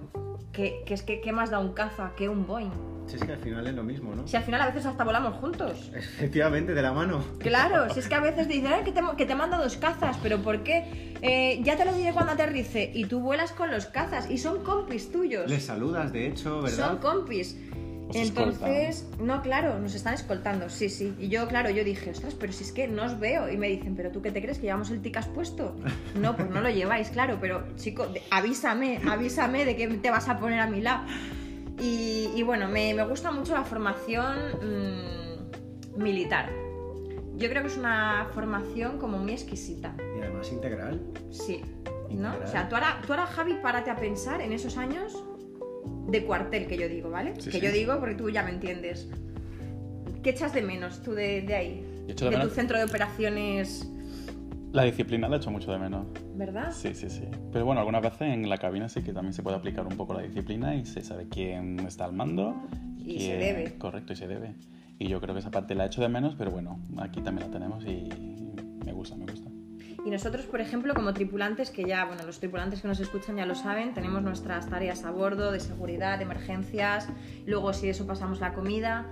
[SPEAKER 1] que, que es que ¿qué más da un caza que un Boeing?
[SPEAKER 2] Sí, es que al final es lo mismo, ¿no?
[SPEAKER 1] Si al final a veces hasta volamos juntos.
[SPEAKER 2] Efectivamente, de la mano.
[SPEAKER 1] Claro, si es que a veces te dicen "Ay, que te, que te manda dos cazas, pero ¿por qué? Eh, ya te lo diré cuando aterrice y tú vuelas con los cazas y son compis tuyos.
[SPEAKER 2] Les saludas, de hecho, ¿verdad?
[SPEAKER 1] Son compis.
[SPEAKER 3] Os
[SPEAKER 1] Entonces, no, claro, nos están escoltando, sí, sí. Y yo, claro, yo dije, ostras, pero si es que no os veo. Y me dicen, ¿pero tú qué te crees? ¿Que llevamos el ticas puesto? No, pues no lo lleváis, claro, pero chico, de- avísame, avísame de que te vas a poner a mi lado. Y, y bueno, me, me gusta mucho la formación mm, militar. Yo creo que es una formación como muy exquisita,
[SPEAKER 2] Y además integral.
[SPEAKER 1] sí. ¿No?
[SPEAKER 2] Integral.
[SPEAKER 1] O sea, tú ahora, tú ahora, Javi, párate a pensar en esos años de cuartel que yo digo, ¿vale?
[SPEAKER 3] Sí,
[SPEAKER 1] que
[SPEAKER 3] sí.
[SPEAKER 1] yo digo porque tú ya me entiendes. ¿Qué echas de menos tú de, de ahí?
[SPEAKER 3] Yo echo
[SPEAKER 1] De,
[SPEAKER 3] de
[SPEAKER 1] tu
[SPEAKER 3] menos-
[SPEAKER 1] centro de operaciones,
[SPEAKER 3] La disciplina la echo mucho de menos.
[SPEAKER 1] ¿verdad?
[SPEAKER 3] Sí, sí, sí. Pero bueno, algunas veces en la cabina sí que también se puede aplicar un poco la disciplina y se sabe quién está al mando.
[SPEAKER 1] Y
[SPEAKER 3] quién-
[SPEAKER 1] se debe.
[SPEAKER 3] Correcto, y se debe. Y yo creo que esa parte la echo de menos, pero bueno, aquí también la tenemos y me gusta, me gusta.
[SPEAKER 1] Y nosotros, por ejemplo, como tripulantes, que ya, bueno, los tripulantes que nos escuchan ya lo saben, tenemos nuestras tareas a bordo de seguridad, de emergencias, luego si eso pasamos la comida,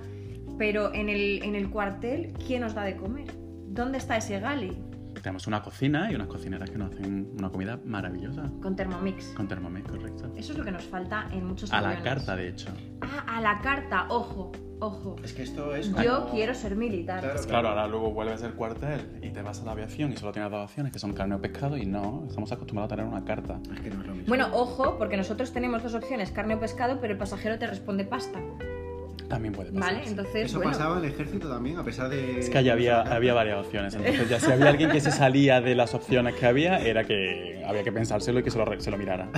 [SPEAKER 1] pero en el, en el cuartel, ¿quién nos da de comer? ¿Dónde está ese gali?
[SPEAKER 3] Tenemos una cocina y unas cocineras que nos hacen una comida maravillosa.
[SPEAKER 1] Con Thermomix.
[SPEAKER 3] Con Thermomix, correcto.
[SPEAKER 1] Eso es lo que nos falta en muchos
[SPEAKER 3] A la
[SPEAKER 1] aviones.
[SPEAKER 3] carta, de hecho.
[SPEAKER 1] Ah, a la carta, ojo, ojo.
[SPEAKER 2] Es que esto es.
[SPEAKER 1] Yo
[SPEAKER 2] como-
[SPEAKER 1] quiero ser militar.
[SPEAKER 2] Claro,
[SPEAKER 3] Claro, ahora luego vuelves del cuartel y te vas a la aviación y solo tienes dos opciones, que son carne o pescado, y no, estamos acostumbrados a tener una carta.
[SPEAKER 2] Es que no es lo mismo.
[SPEAKER 1] Bueno, ojo, porque nosotros tenemos dos opciones, carne o pescado, pero el pasajero te responde pasta.
[SPEAKER 3] También puede pasar.
[SPEAKER 1] ¿Vale?
[SPEAKER 3] sí.
[SPEAKER 1] Entonces,
[SPEAKER 2] Eso
[SPEAKER 1] bueno,
[SPEAKER 2] pasaba en el ejército también, a pesar de.
[SPEAKER 3] Es que allí había, había varias opciones, entonces ya si había alguien que se salía de las opciones que había, era que había que pensárselo y que se lo, re- se lo mirara.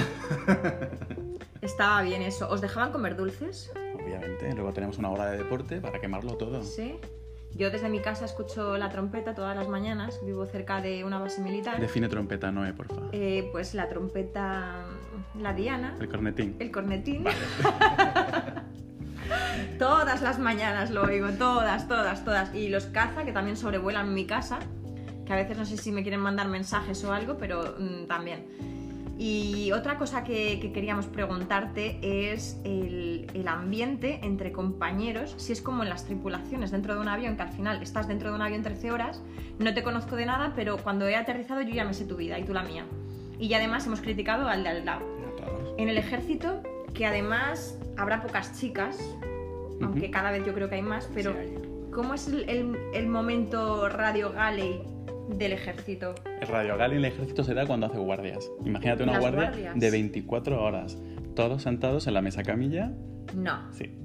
[SPEAKER 1] estaba bien eso. ¿Os dejaban comer dulces?
[SPEAKER 3] Obviamente, luego tenemos una hora de deporte para quemarlo todo.
[SPEAKER 1] Sí. Yo desde mi casa escucho la trompeta todas las mañanas, vivo cerca de una base militar.
[SPEAKER 3] Define trompeta, Noé, porfa.
[SPEAKER 1] Eh, pues la trompeta, la diana,
[SPEAKER 3] El cornetín.
[SPEAKER 1] el cornetín. todas las mañanas lo oigo, todas, todas, todas. Y los caza que también sobrevuelan mi casa, que a veces no sé si me quieren mandar mensajes o algo, pero mm, también. Y otra cosa que, que queríamos preguntarte es el, el ambiente entre compañeros, si es como en las tripulaciones dentro de un avión, que al final estás dentro de un avión 13 horas, no te conozco de nada, pero cuando he aterrizado yo ya me sé tu vida y tú la mía. Y ya además hemos criticado al de al lado en el ejército, que además habrá pocas chicas, aunque cada vez yo creo que hay más, pero
[SPEAKER 3] Sí, hay.
[SPEAKER 1] ¿cómo es el, el- el momento Radio Galley del ejército?
[SPEAKER 3] El Radio Gal y el ejército se da cuando hace guardias. Imagínate una
[SPEAKER 1] Las
[SPEAKER 3] guardia
[SPEAKER 1] guardias.
[SPEAKER 3] de 24 horas, todos sentados en la mesa camilla,
[SPEAKER 1] No.
[SPEAKER 3] sí.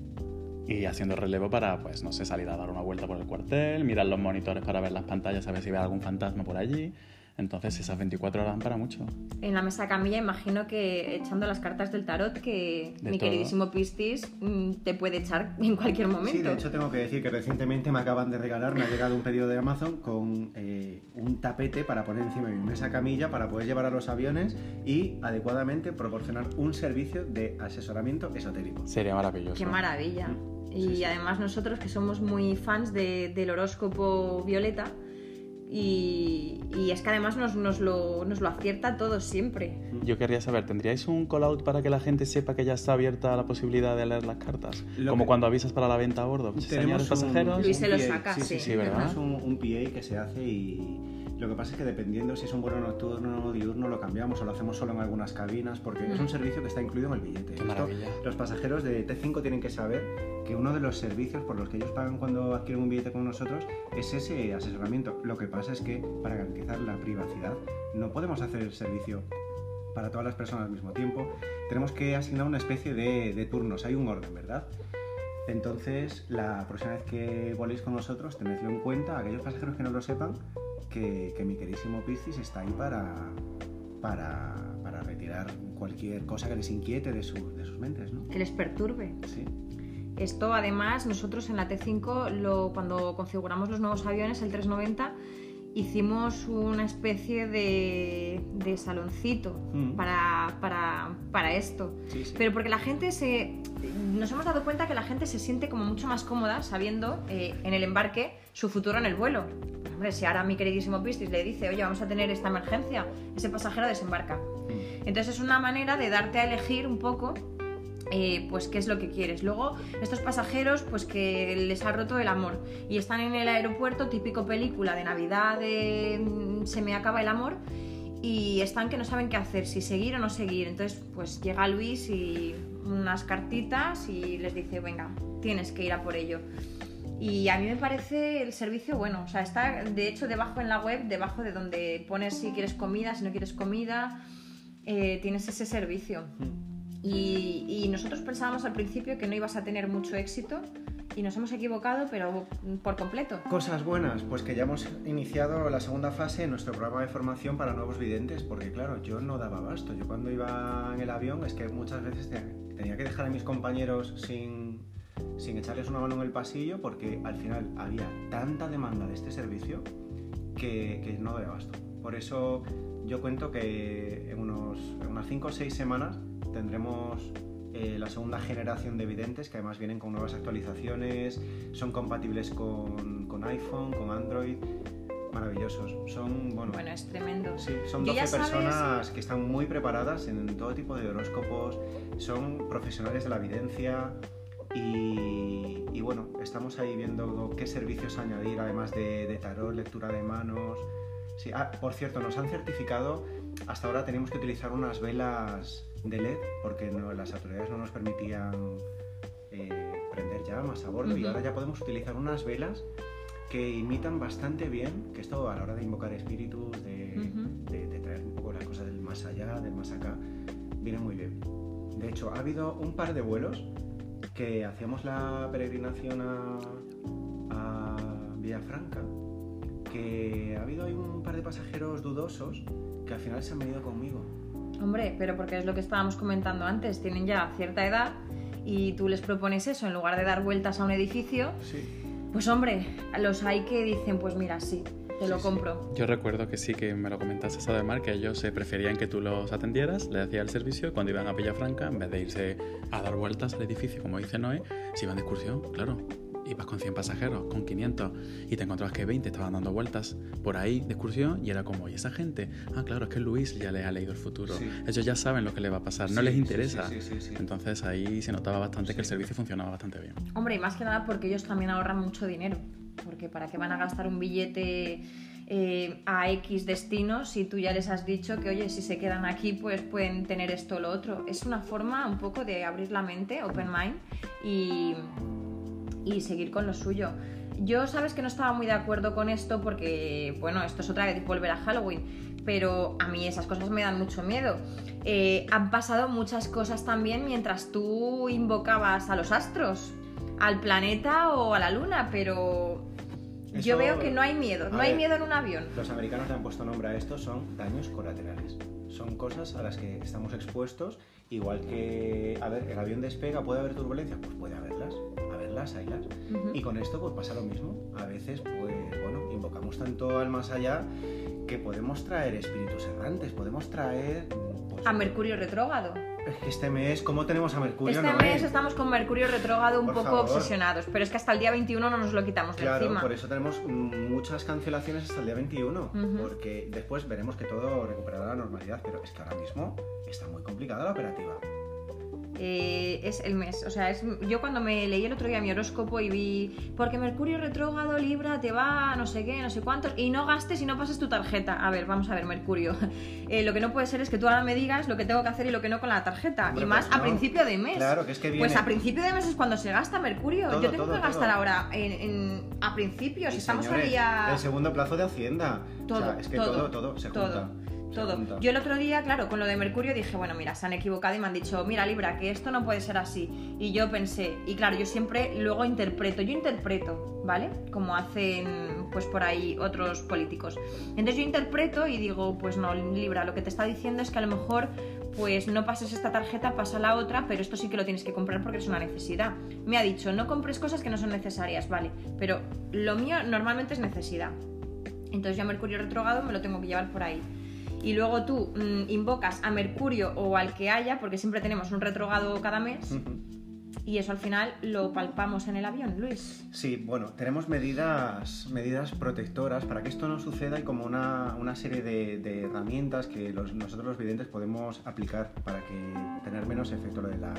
[SPEAKER 3] Y haciendo relevo para, pues, no sé, salir a dar una vuelta por el cuartel, mirar los monitores para ver las pantallas, a ver si ve algún fantasma por allí. Entonces esas 24 horas dan para mucho.
[SPEAKER 1] En la mesa camilla imagino que echando las cartas del tarot que
[SPEAKER 3] De
[SPEAKER 1] mi
[SPEAKER 3] todo.
[SPEAKER 1] queridísimo Pistis mm, te puede echar en cualquier momento.
[SPEAKER 2] Sí, de hecho tengo que decir que recientemente me acaban de regalar, me ha llegado un pedido de Amazon con eh, un tapete para poner encima de mi mesa camilla para poder llevar a los aviones y adecuadamente proporcionar un servicio de asesoramiento esotérico.
[SPEAKER 3] Sería maravilloso.
[SPEAKER 1] Qué maravilla. Y
[SPEAKER 2] sí, sí.
[SPEAKER 1] además nosotros que somos muy fans de- del horóscopo violeta y, y es que además nos, nos lo, nos lo acierta todo siempre.
[SPEAKER 3] Yo querría saber, ¿tendríais un call-out para que la gente sepa que ya está abierta la posibilidad de leer las cartas?
[SPEAKER 2] Lo
[SPEAKER 3] Como
[SPEAKER 2] que-
[SPEAKER 3] cuando avisas para la venta a bordo. Señores pasajeros,
[SPEAKER 1] Luis se lo saca,
[SPEAKER 2] sí, sí,
[SPEAKER 1] sí.
[SPEAKER 2] sí,
[SPEAKER 3] Sí, ¿verdad?
[SPEAKER 2] Tenemos un, un PA que se hace y lo que pasa es que dependiendo si es un vuelo nocturno o diurno lo cambiamos o lo hacemos solo en algunas cabinas porque es un servicio que está incluido en el billete.
[SPEAKER 3] Qué
[SPEAKER 2] Esto-
[SPEAKER 3] maravilla.
[SPEAKER 2] los pasajeros de T5 tienen que saber que uno de los servicios por los que ellos pagan cuando adquieren un billete con nosotros es ese asesoramiento. Lo que pasa es que para garantizar la privacidad no podemos hacer el servicio para todas las personas al mismo tiempo. Tenemos que asignar una especie de, de turnos, hay un orden, ¿verdad? Entonces, la próxima vez que voléis con nosotros, tenedlo en cuenta, aquellos pasajeros que no lo sepan, que, que mi queridísimo Piscis está ahí para, para, para retirar cualquier cosa que les inquiete de, su- de sus mentes, ¿no?
[SPEAKER 1] Que les perturbe.
[SPEAKER 2] Sí.
[SPEAKER 1] Esto además nosotros en la T5 lo, cuando configuramos los nuevos aviones, el 390, hicimos una especie de, de saloncito
[SPEAKER 2] Mm.
[SPEAKER 1] para, para- para esto.
[SPEAKER 2] Sí, sí.
[SPEAKER 1] Pero porque la gente se... Nos hemos dado cuenta que la gente se siente como mucho más cómoda sabiendo eh, en el embarque su futuro en el vuelo. Hombre, si ahora mi queridísimo Pistis le dice, oye, vamos a tener esta emergencia, ese pasajero desembarca.
[SPEAKER 2] Mm.
[SPEAKER 1] Entonces es una manera de darte a elegir un poco eh, pues qué es lo que quieres. Luego, estos pasajeros, pues que les ha roto el amor y están en el aeropuerto, típico película de Navidad, de mm, se me acaba el amor, y están que no saben qué hacer, si seguir o no seguir. Entonces, pues llega Luis y unas cartitas y les dice, venga, tienes que ir a por ello. Y a mí me parece el servicio bueno, o sea, está de hecho debajo en la web, debajo de donde pones si quieres comida, si no quieres comida, eh, tienes ese servicio.
[SPEAKER 2] Mm.
[SPEAKER 1] Y, y nosotros pensábamos al principio que no ibas a tener mucho éxito y nos hemos equivocado, pero por completo.
[SPEAKER 2] Cosas buenas, pues que ya hemos iniciado la segunda fase de nuestro programa de formación para nuevos videntes, porque claro, yo no daba abasto. Yo cuando iba en el avión es que muchas veces te- tenía que dejar a mis compañeros sin, sin echarles una mano en el pasillo, porque al final había tanta demanda de este servicio que, que no doy abasto. Por eso yo cuento que en, unos, en unas 5 o 6 semanas tendremos eh, la segunda generación de videntes, que además vienen con nuevas actualizaciones, son compatibles con, con iPhone, con Android, maravillosos. Son, bueno,
[SPEAKER 1] Bueno, es tremendo.
[SPEAKER 2] sí, son
[SPEAKER 1] yo
[SPEAKER 2] 12
[SPEAKER 1] ya sabes-
[SPEAKER 2] personas que están muy preparadas en todo tipo de horóscopos, son profesionales de la evidencia y, y bueno, estamos ahí viendo qué servicios añadir, además de, de tarot, lectura de manos. Sí, ah, por cierto, nos han certificado, hasta ahora teníamos que utilizar unas velas de LED porque no- las autoridades no nos permitían eh, prender llamas a bordo y
[SPEAKER 1] Ujú.
[SPEAKER 2] ahora ya podemos utilizar unas velas que imitan bastante bien, que esto a la hora de invocar espíritus, de,
[SPEAKER 1] Ujú.
[SPEAKER 2] de- de traer un poco las cosas del más allá, del más acá, viene muy bien. De hecho, ha habido un par de vuelos que hacíamos la peregrinación a, a Villafranca, que ha habido ahí un par de pasajeros dudosos que al final se han venido conmigo.
[SPEAKER 1] Hombre, pero porque es lo que estábamos comentando antes, tienen ya cierta edad y tú les propones eso, en lugar de dar vueltas a un edificio,
[SPEAKER 2] Sí.
[SPEAKER 1] pues hombre, los hay que dicen, pues mira, sí, te lo
[SPEAKER 2] Sí, sí.
[SPEAKER 1] compro.
[SPEAKER 3] Yo recuerdo que sí, que me lo comentaste además, que ellos se preferían que tú los atendieras, les hacías el servicio y cuando iban a Villafranca, en vez de irse a dar vueltas al edificio, como dice Noé, se iban de excursión, claro. Ibas con 100 pasajeros, con 500, y te encontrabas que 20 estaban dando vueltas por ahí de excursión y era como, ¿y esa gente? Ah, claro, es que Luis ya les ha leído el futuro.
[SPEAKER 2] Sí.
[SPEAKER 3] Ellos ya saben lo que les va a pasar, no
[SPEAKER 2] Sí,
[SPEAKER 3] les
[SPEAKER 2] sí,
[SPEAKER 3] interesa.
[SPEAKER 2] sí, sí, sí, sí.
[SPEAKER 3] Entonces ahí se notaba bastante que el servicio funcionaba bastante bien.
[SPEAKER 1] Hombre, y más que nada porque ellos también ahorran mucho dinero, porque para qué van a gastar un billete eh, a X destino si tú ya les has dicho que, oye, si se quedan aquí, pues pueden tener esto o lo otro. Es una forma un poco de abrir la mente, open mind, y, y seguir con lo suyo. Yo sabes que no estaba muy de acuerdo con esto porque, bueno, esto es otra vez volver a Halloween, pero a mí esas cosas me dan mucho miedo. Eh, han pasado muchas cosas también mientras tú invocabas a los astros, al planeta o a la luna, pero yo
[SPEAKER 2] Eso-
[SPEAKER 1] veo que no hay miedo,
[SPEAKER 2] a
[SPEAKER 1] no hay
[SPEAKER 2] ver.
[SPEAKER 1] miedo en un avión.
[SPEAKER 2] Los americanos le han puesto nombre a esto, son daños colaterales. Son cosas a las que estamos expuestos, igual que, a ver, el avión despega, ¿puede haber turbulencias? Pues puede haberlas, haberlas, haylas.
[SPEAKER 1] Ujú.
[SPEAKER 2] Y con esto pues pasa lo mismo. A veces, pues bueno, invocamos tanto al más allá que podemos traer espíritus errantes, podemos traer... pues,
[SPEAKER 1] A Mercurio retrógrado.
[SPEAKER 2] Es que Este mes, ¿cómo tenemos a Mercurio?
[SPEAKER 1] este
[SPEAKER 2] No,
[SPEAKER 1] mes
[SPEAKER 2] eh.
[SPEAKER 1] estamos con Mercurio retrógrado un
[SPEAKER 2] Por
[SPEAKER 1] poco
[SPEAKER 2] favor.
[SPEAKER 1] obsesionados, pero es que hasta el día 21 no nos lo quitamos de
[SPEAKER 2] Claro,
[SPEAKER 1] encima.
[SPEAKER 2] por eso tenemos mm, muchas cancelaciones hasta el día 21,
[SPEAKER 1] Ujú.
[SPEAKER 2] porque después veremos que todo recuperará la normalidad, pero es que ahora mismo está muy complicada la operativa.
[SPEAKER 1] Eh, es el mes. O sea, es, yo cuando me leí el otro día mi horóscopo y vi, porque Mercurio retrógrado, Libra, te va, a no sé qué, no sé cuántos, y no gastes y no pases tu tarjeta. A ver, vamos a ver, Mercurio. Eh, lo que no puede ser es que tú ahora me digas lo que tengo que hacer y lo que no con la tarjeta.
[SPEAKER 2] Hombre,
[SPEAKER 1] y más
[SPEAKER 2] pues
[SPEAKER 1] a
[SPEAKER 2] no.
[SPEAKER 1] principio de mes.
[SPEAKER 2] Claro, que es que viene...
[SPEAKER 1] Pues a principio de mes es cuando se gasta Mercurio.
[SPEAKER 2] Todo,
[SPEAKER 1] yo tengo
[SPEAKER 2] todo,
[SPEAKER 1] que gastar
[SPEAKER 2] todo.
[SPEAKER 1] ahora en, en- a principios.
[SPEAKER 2] Y,
[SPEAKER 1] estamos
[SPEAKER 2] señores,
[SPEAKER 1] al día.
[SPEAKER 2] El segundo plazo de Hacienda.
[SPEAKER 1] Todo,
[SPEAKER 2] o sea, es que
[SPEAKER 1] todo,
[SPEAKER 2] todo, todo, se
[SPEAKER 1] todo,
[SPEAKER 2] junta. se
[SPEAKER 1] Todo.
[SPEAKER 2] junta.
[SPEAKER 1] Yo el otro día, claro, con lo de Mercurio dije, bueno, mira, se han equivocado y me han dicho, mira, Libra, que esto no puede ser así. Y yo pensé, y claro, yo siempre luego interpreto, yo interpreto, ¿vale? Como hacen, pues por ahí otros políticos. Entonces yo interpreto y digo, pues no, Libra, lo que te está diciendo es que a lo mejor, pues no pases esta tarjeta, pasa la otra, pero esto sí que lo tienes que comprar porque es una necesidad. Me ha dicho, no compres cosas que no son necesarias, ¿vale? Pero lo mío normalmente es necesidad. Entonces yo a Mercurio retrogado me lo tengo que llevar por ahí. Y luego tú mm, invocas a Mercurio o al que haya, porque siempre tenemos un retrogado cada mes,
[SPEAKER 2] Ujú.
[SPEAKER 1] y eso al final lo palpamos en el avión, Luis.
[SPEAKER 2] Sí, bueno, tenemos medidas, medidas protectoras para que esto no suceda y como una, una serie de, de herramientas que los- nosotros los videntes podemos aplicar para que tener menos efecto lo de la,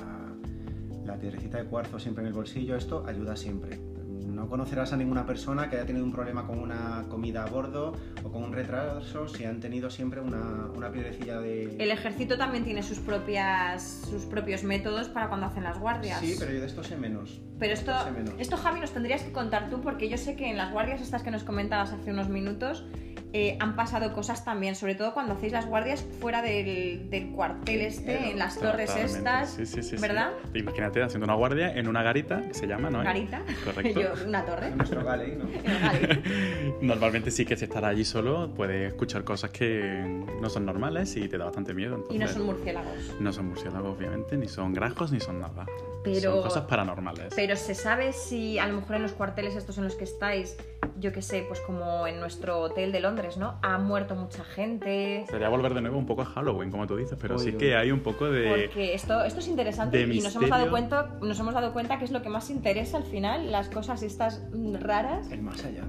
[SPEAKER 2] la piedrecita de cuarzo siempre en el bolsillo. Esto ayuda siempre. No conocerás a ninguna persona que haya tenido un problema con una comida a bordo o con un retraso si han tenido siempre una, una piedrecilla de...
[SPEAKER 1] El ejército también tiene sus, propias, sus propios métodos para cuando hacen las guardias.
[SPEAKER 2] Sí, pero yo de esto sé menos.
[SPEAKER 1] Pero esto,
[SPEAKER 2] sé menos.
[SPEAKER 1] esto, Javi, nos tendrías que contar tú, porque yo sé que en las guardias estas que nos comentabas hace unos minutos eh, han pasado cosas también, sobre todo cuando hacéis las guardias fuera del, del cuartel este,
[SPEAKER 2] Claro,
[SPEAKER 1] en las torres
[SPEAKER 3] Totalmente.
[SPEAKER 1] estas,
[SPEAKER 3] Sí, sí, sí, sí.
[SPEAKER 1] ¿verdad?
[SPEAKER 3] Imagínate haciendo una guardia en una garita, que se llama, ¿no?
[SPEAKER 1] Garita,
[SPEAKER 3] Correcto.
[SPEAKER 1] Yo, una torre.
[SPEAKER 2] En nuestro galley, ¿eh? ¿no?
[SPEAKER 1] El gale.
[SPEAKER 3] Normalmente sí que si estar allí solo puedes escuchar cosas que no son normales y te da bastante miedo. Entonces,
[SPEAKER 1] Y no son murciélagos.
[SPEAKER 3] no son murciélagos, obviamente, ni son grajos, ni son nada.
[SPEAKER 1] Pero-
[SPEAKER 3] Son cosas paranormales.
[SPEAKER 1] Pero se sabe si a lo mejor en los cuarteles estos en los que estáis, yo qué sé, pues como en nuestro hotel de Londres, ¿no? Ha muerto mucha gente.
[SPEAKER 3] Sería volver de nuevo un poco a Halloween, como tú dices, pero
[SPEAKER 2] Uy,
[SPEAKER 3] sí
[SPEAKER 2] uy.
[SPEAKER 3] que hay un poco de...
[SPEAKER 1] Porque esto, esto es interesante
[SPEAKER 3] de
[SPEAKER 1] y nos hemos, dado
[SPEAKER 3] misterio.
[SPEAKER 1] cuenta, nos hemos dado cuenta que es lo que más interesa al final, las cosas estas mm, raras.
[SPEAKER 2] El más allá.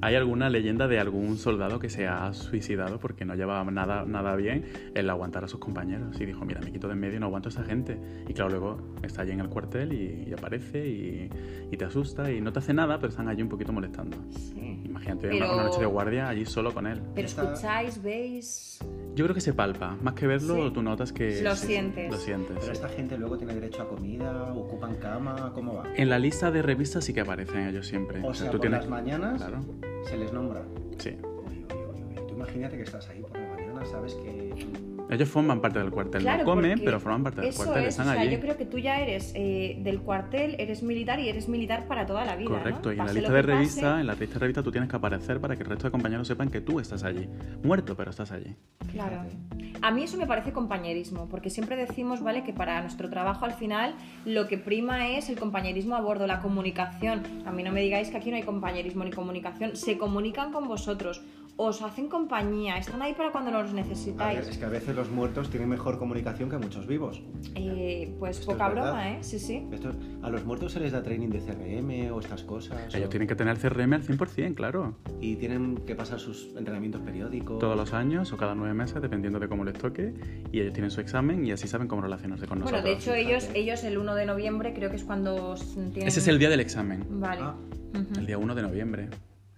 [SPEAKER 3] ¿Hay alguna leyenda de algún soldado que se ha suicidado porque no llevaba nada, nada bien el aguantar a sus compañeros? Y dijo, mira, me quito de en medio y no aguanto a esa gente. Y claro, luego está allí en el cuartel y, y aparece y, y te asusta y no te hace nada, pero están allí un poquito molestando. Imagínate una-
[SPEAKER 1] Pero-
[SPEAKER 3] una noche de guardia allí solo con él.
[SPEAKER 1] Pero
[SPEAKER 2] Está-
[SPEAKER 1] escucháis, veis.
[SPEAKER 3] Yo creo que se palpa. Más que verlo,
[SPEAKER 1] Sí.
[SPEAKER 3] tú notas que...
[SPEAKER 1] Lo sientes.
[SPEAKER 3] Lo sientes.
[SPEAKER 2] Pero
[SPEAKER 3] sí.
[SPEAKER 2] esta gente luego tiene derecho a comida, ocupan cama, ¿cómo va?
[SPEAKER 3] En la lista de revistas sí que aparecen ellos siempre.
[SPEAKER 2] O sea,
[SPEAKER 3] Eh, tú
[SPEAKER 2] por
[SPEAKER 3] tienes-
[SPEAKER 2] las mañanas
[SPEAKER 3] Claro,
[SPEAKER 2] se les nombra.
[SPEAKER 3] sí.
[SPEAKER 2] Uy, uy, uy, uy. Tú imagínate que estás ahí por la mañana, sabes que mm,
[SPEAKER 3] Ellos forman parte del cuartel,
[SPEAKER 1] Claro,
[SPEAKER 3] no comen,
[SPEAKER 1] porque
[SPEAKER 3] pero forman parte del
[SPEAKER 1] Eso
[SPEAKER 3] cuartel,
[SPEAKER 1] es,
[SPEAKER 3] están
[SPEAKER 1] o sea,
[SPEAKER 3] allí.
[SPEAKER 1] yo creo que tú ya eres eh, del cuartel, eres militar y eres militar para toda la vida. ¿no?
[SPEAKER 3] Correcto, y en la
[SPEAKER 1] Pase
[SPEAKER 3] lista
[SPEAKER 1] lo
[SPEAKER 3] de
[SPEAKER 1] que pase,
[SPEAKER 3] revista, en la lista de revista tú tienes que aparecer para que el resto de compañeros sepan que tú estás allí. Muerto, pero estás allí.
[SPEAKER 1] Claro.
[SPEAKER 2] Fíjate.
[SPEAKER 1] A mí eso me parece compañerismo, porque siempre decimos, ¿vale? Que para nuestro trabajo al final lo que prima es el compañerismo a bordo, la comunicación. A mí no me digáis que aquí no hay compañerismo ni comunicación. Se comunican con vosotros, os hacen compañía, están ahí para cuando los
[SPEAKER 2] A ver,
[SPEAKER 1] necesitáis.
[SPEAKER 2] es que a veces los muertos tienen mejor comunicación que muchos vivos.
[SPEAKER 1] Eh, pues
[SPEAKER 2] Esto es
[SPEAKER 1] poca
[SPEAKER 2] verdad.
[SPEAKER 1] broma, ¿eh? Sí, sí.
[SPEAKER 2] Esto- a los muertos se les da training de CRM o estas cosas.
[SPEAKER 3] Ellos
[SPEAKER 2] o-
[SPEAKER 3] tienen que tener el CRM al 100%, claro.
[SPEAKER 2] Y tienen que pasar sus entrenamientos periódicos.
[SPEAKER 3] Todos los años o cada nueve meses, dependiendo de cómo les toque, y ellos tienen su examen y así saben cómo relacionarse con
[SPEAKER 1] Bueno,
[SPEAKER 3] nosotros.
[SPEAKER 1] de hecho ellos,
[SPEAKER 2] fíjate.
[SPEAKER 1] ellos el 1 de noviembre creo que es cuando os tienen...
[SPEAKER 3] Ese es el día del examen,
[SPEAKER 1] Vale.
[SPEAKER 2] Ah,
[SPEAKER 1] Ujú.
[SPEAKER 3] el día 1 de noviembre.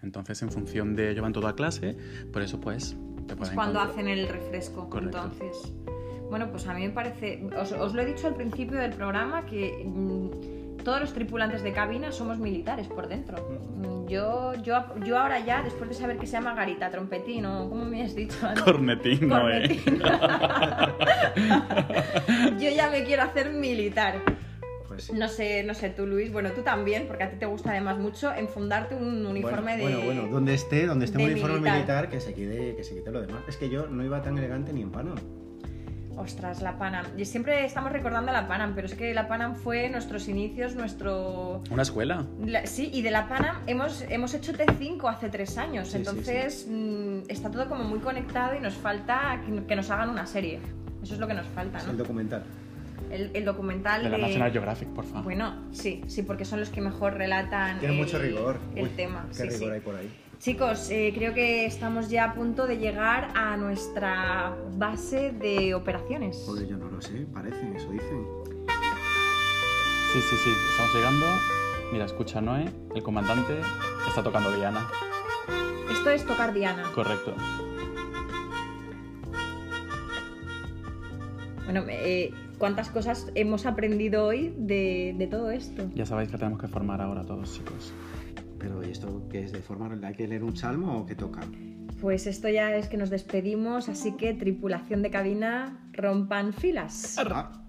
[SPEAKER 3] Entonces, en función de ellos van toda clase, por eso pues te
[SPEAKER 1] Es
[SPEAKER 3] pueden
[SPEAKER 1] cuando
[SPEAKER 3] encontrar.
[SPEAKER 1] hacen el refresco,
[SPEAKER 3] Correcto.
[SPEAKER 1] entonces. Bueno, pues a mí me parece, os, os lo he dicho al principio del programa, que mm, todos los tripulantes de cabina somos militares por dentro.
[SPEAKER 2] Ujú.
[SPEAKER 1] Mm, Yo, yo, yo ahora ya, después de saber que se llama garita, trompetino, ¿cómo me has dicho antes?
[SPEAKER 3] Cornetín, no eh.
[SPEAKER 1] Cornetín. yo ya me quiero hacer militar.
[SPEAKER 2] pues sí.
[SPEAKER 1] No sé, no sé tú, Luis, bueno, tú también, porque a ti te gusta además mucho enfundarte un uniforme
[SPEAKER 2] bueno,
[SPEAKER 1] de...
[SPEAKER 2] Bueno, bueno, donde esté, donde esté un
[SPEAKER 1] de
[SPEAKER 2] uniforme
[SPEAKER 1] militar.
[SPEAKER 2] militar, que, se quede, que se quite lo demás. Es que yo no iba tan elegante ni en pano.
[SPEAKER 1] Ostras, la Panam. Y siempre estamos recordando a la Panam, pero es que la Panam fue nuestros inicios, nuestro...
[SPEAKER 3] Una escuela.
[SPEAKER 1] la- sí, y de la Panam hemos, hemos hecho T5 hace tres años,
[SPEAKER 2] Sí, sí,
[SPEAKER 1] entonces mm, está todo como muy conectado y nos falta que, que nos hagan una serie. Eso es lo que nos falta,
[SPEAKER 2] Es el
[SPEAKER 1] ¿no?
[SPEAKER 2] documental.
[SPEAKER 1] El, el documental
[SPEAKER 3] De
[SPEAKER 1] de...
[SPEAKER 3] la Ah. National Geographic, por favor.
[SPEAKER 1] Bueno, sí, sí, porque son los que mejor relatan
[SPEAKER 2] Tiene
[SPEAKER 1] el,
[SPEAKER 2] mucho rigor.
[SPEAKER 1] Eh, el
[SPEAKER 2] Uy,
[SPEAKER 1] tema.
[SPEAKER 2] Qué
[SPEAKER 1] sí,
[SPEAKER 2] rigor
[SPEAKER 1] sí.
[SPEAKER 2] hay por ahí.
[SPEAKER 1] Chicos, eh, creo que estamos ya a punto de llegar a nuestra base de operaciones.
[SPEAKER 2] Porque yo no lo sé, parece, eso dicen.
[SPEAKER 3] Sí, sí, sí, estamos llegando. Mira, escucha, Noé, el comandante está tocando Diana.
[SPEAKER 1] Esto es tocar Diana.
[SPEAKER 3] Correcto.
[SPEAKER 1] Bueno, eh, ¿cuántas cosas hemos aprendido hoy de, de todo esto?
[SPEAKER 3] Ya sabéis que tenemos que formar ahora todos, chicos.
[SPEAKER 2] Pero ¿y esto qué es de forma? ¿Hay que leer un salmo o qué toca?
[SPEAKER 1] Pues esto ya es que nos despedimos, así que tripulación de cabina, rompan filas.
[SPEAKER 2] Ah.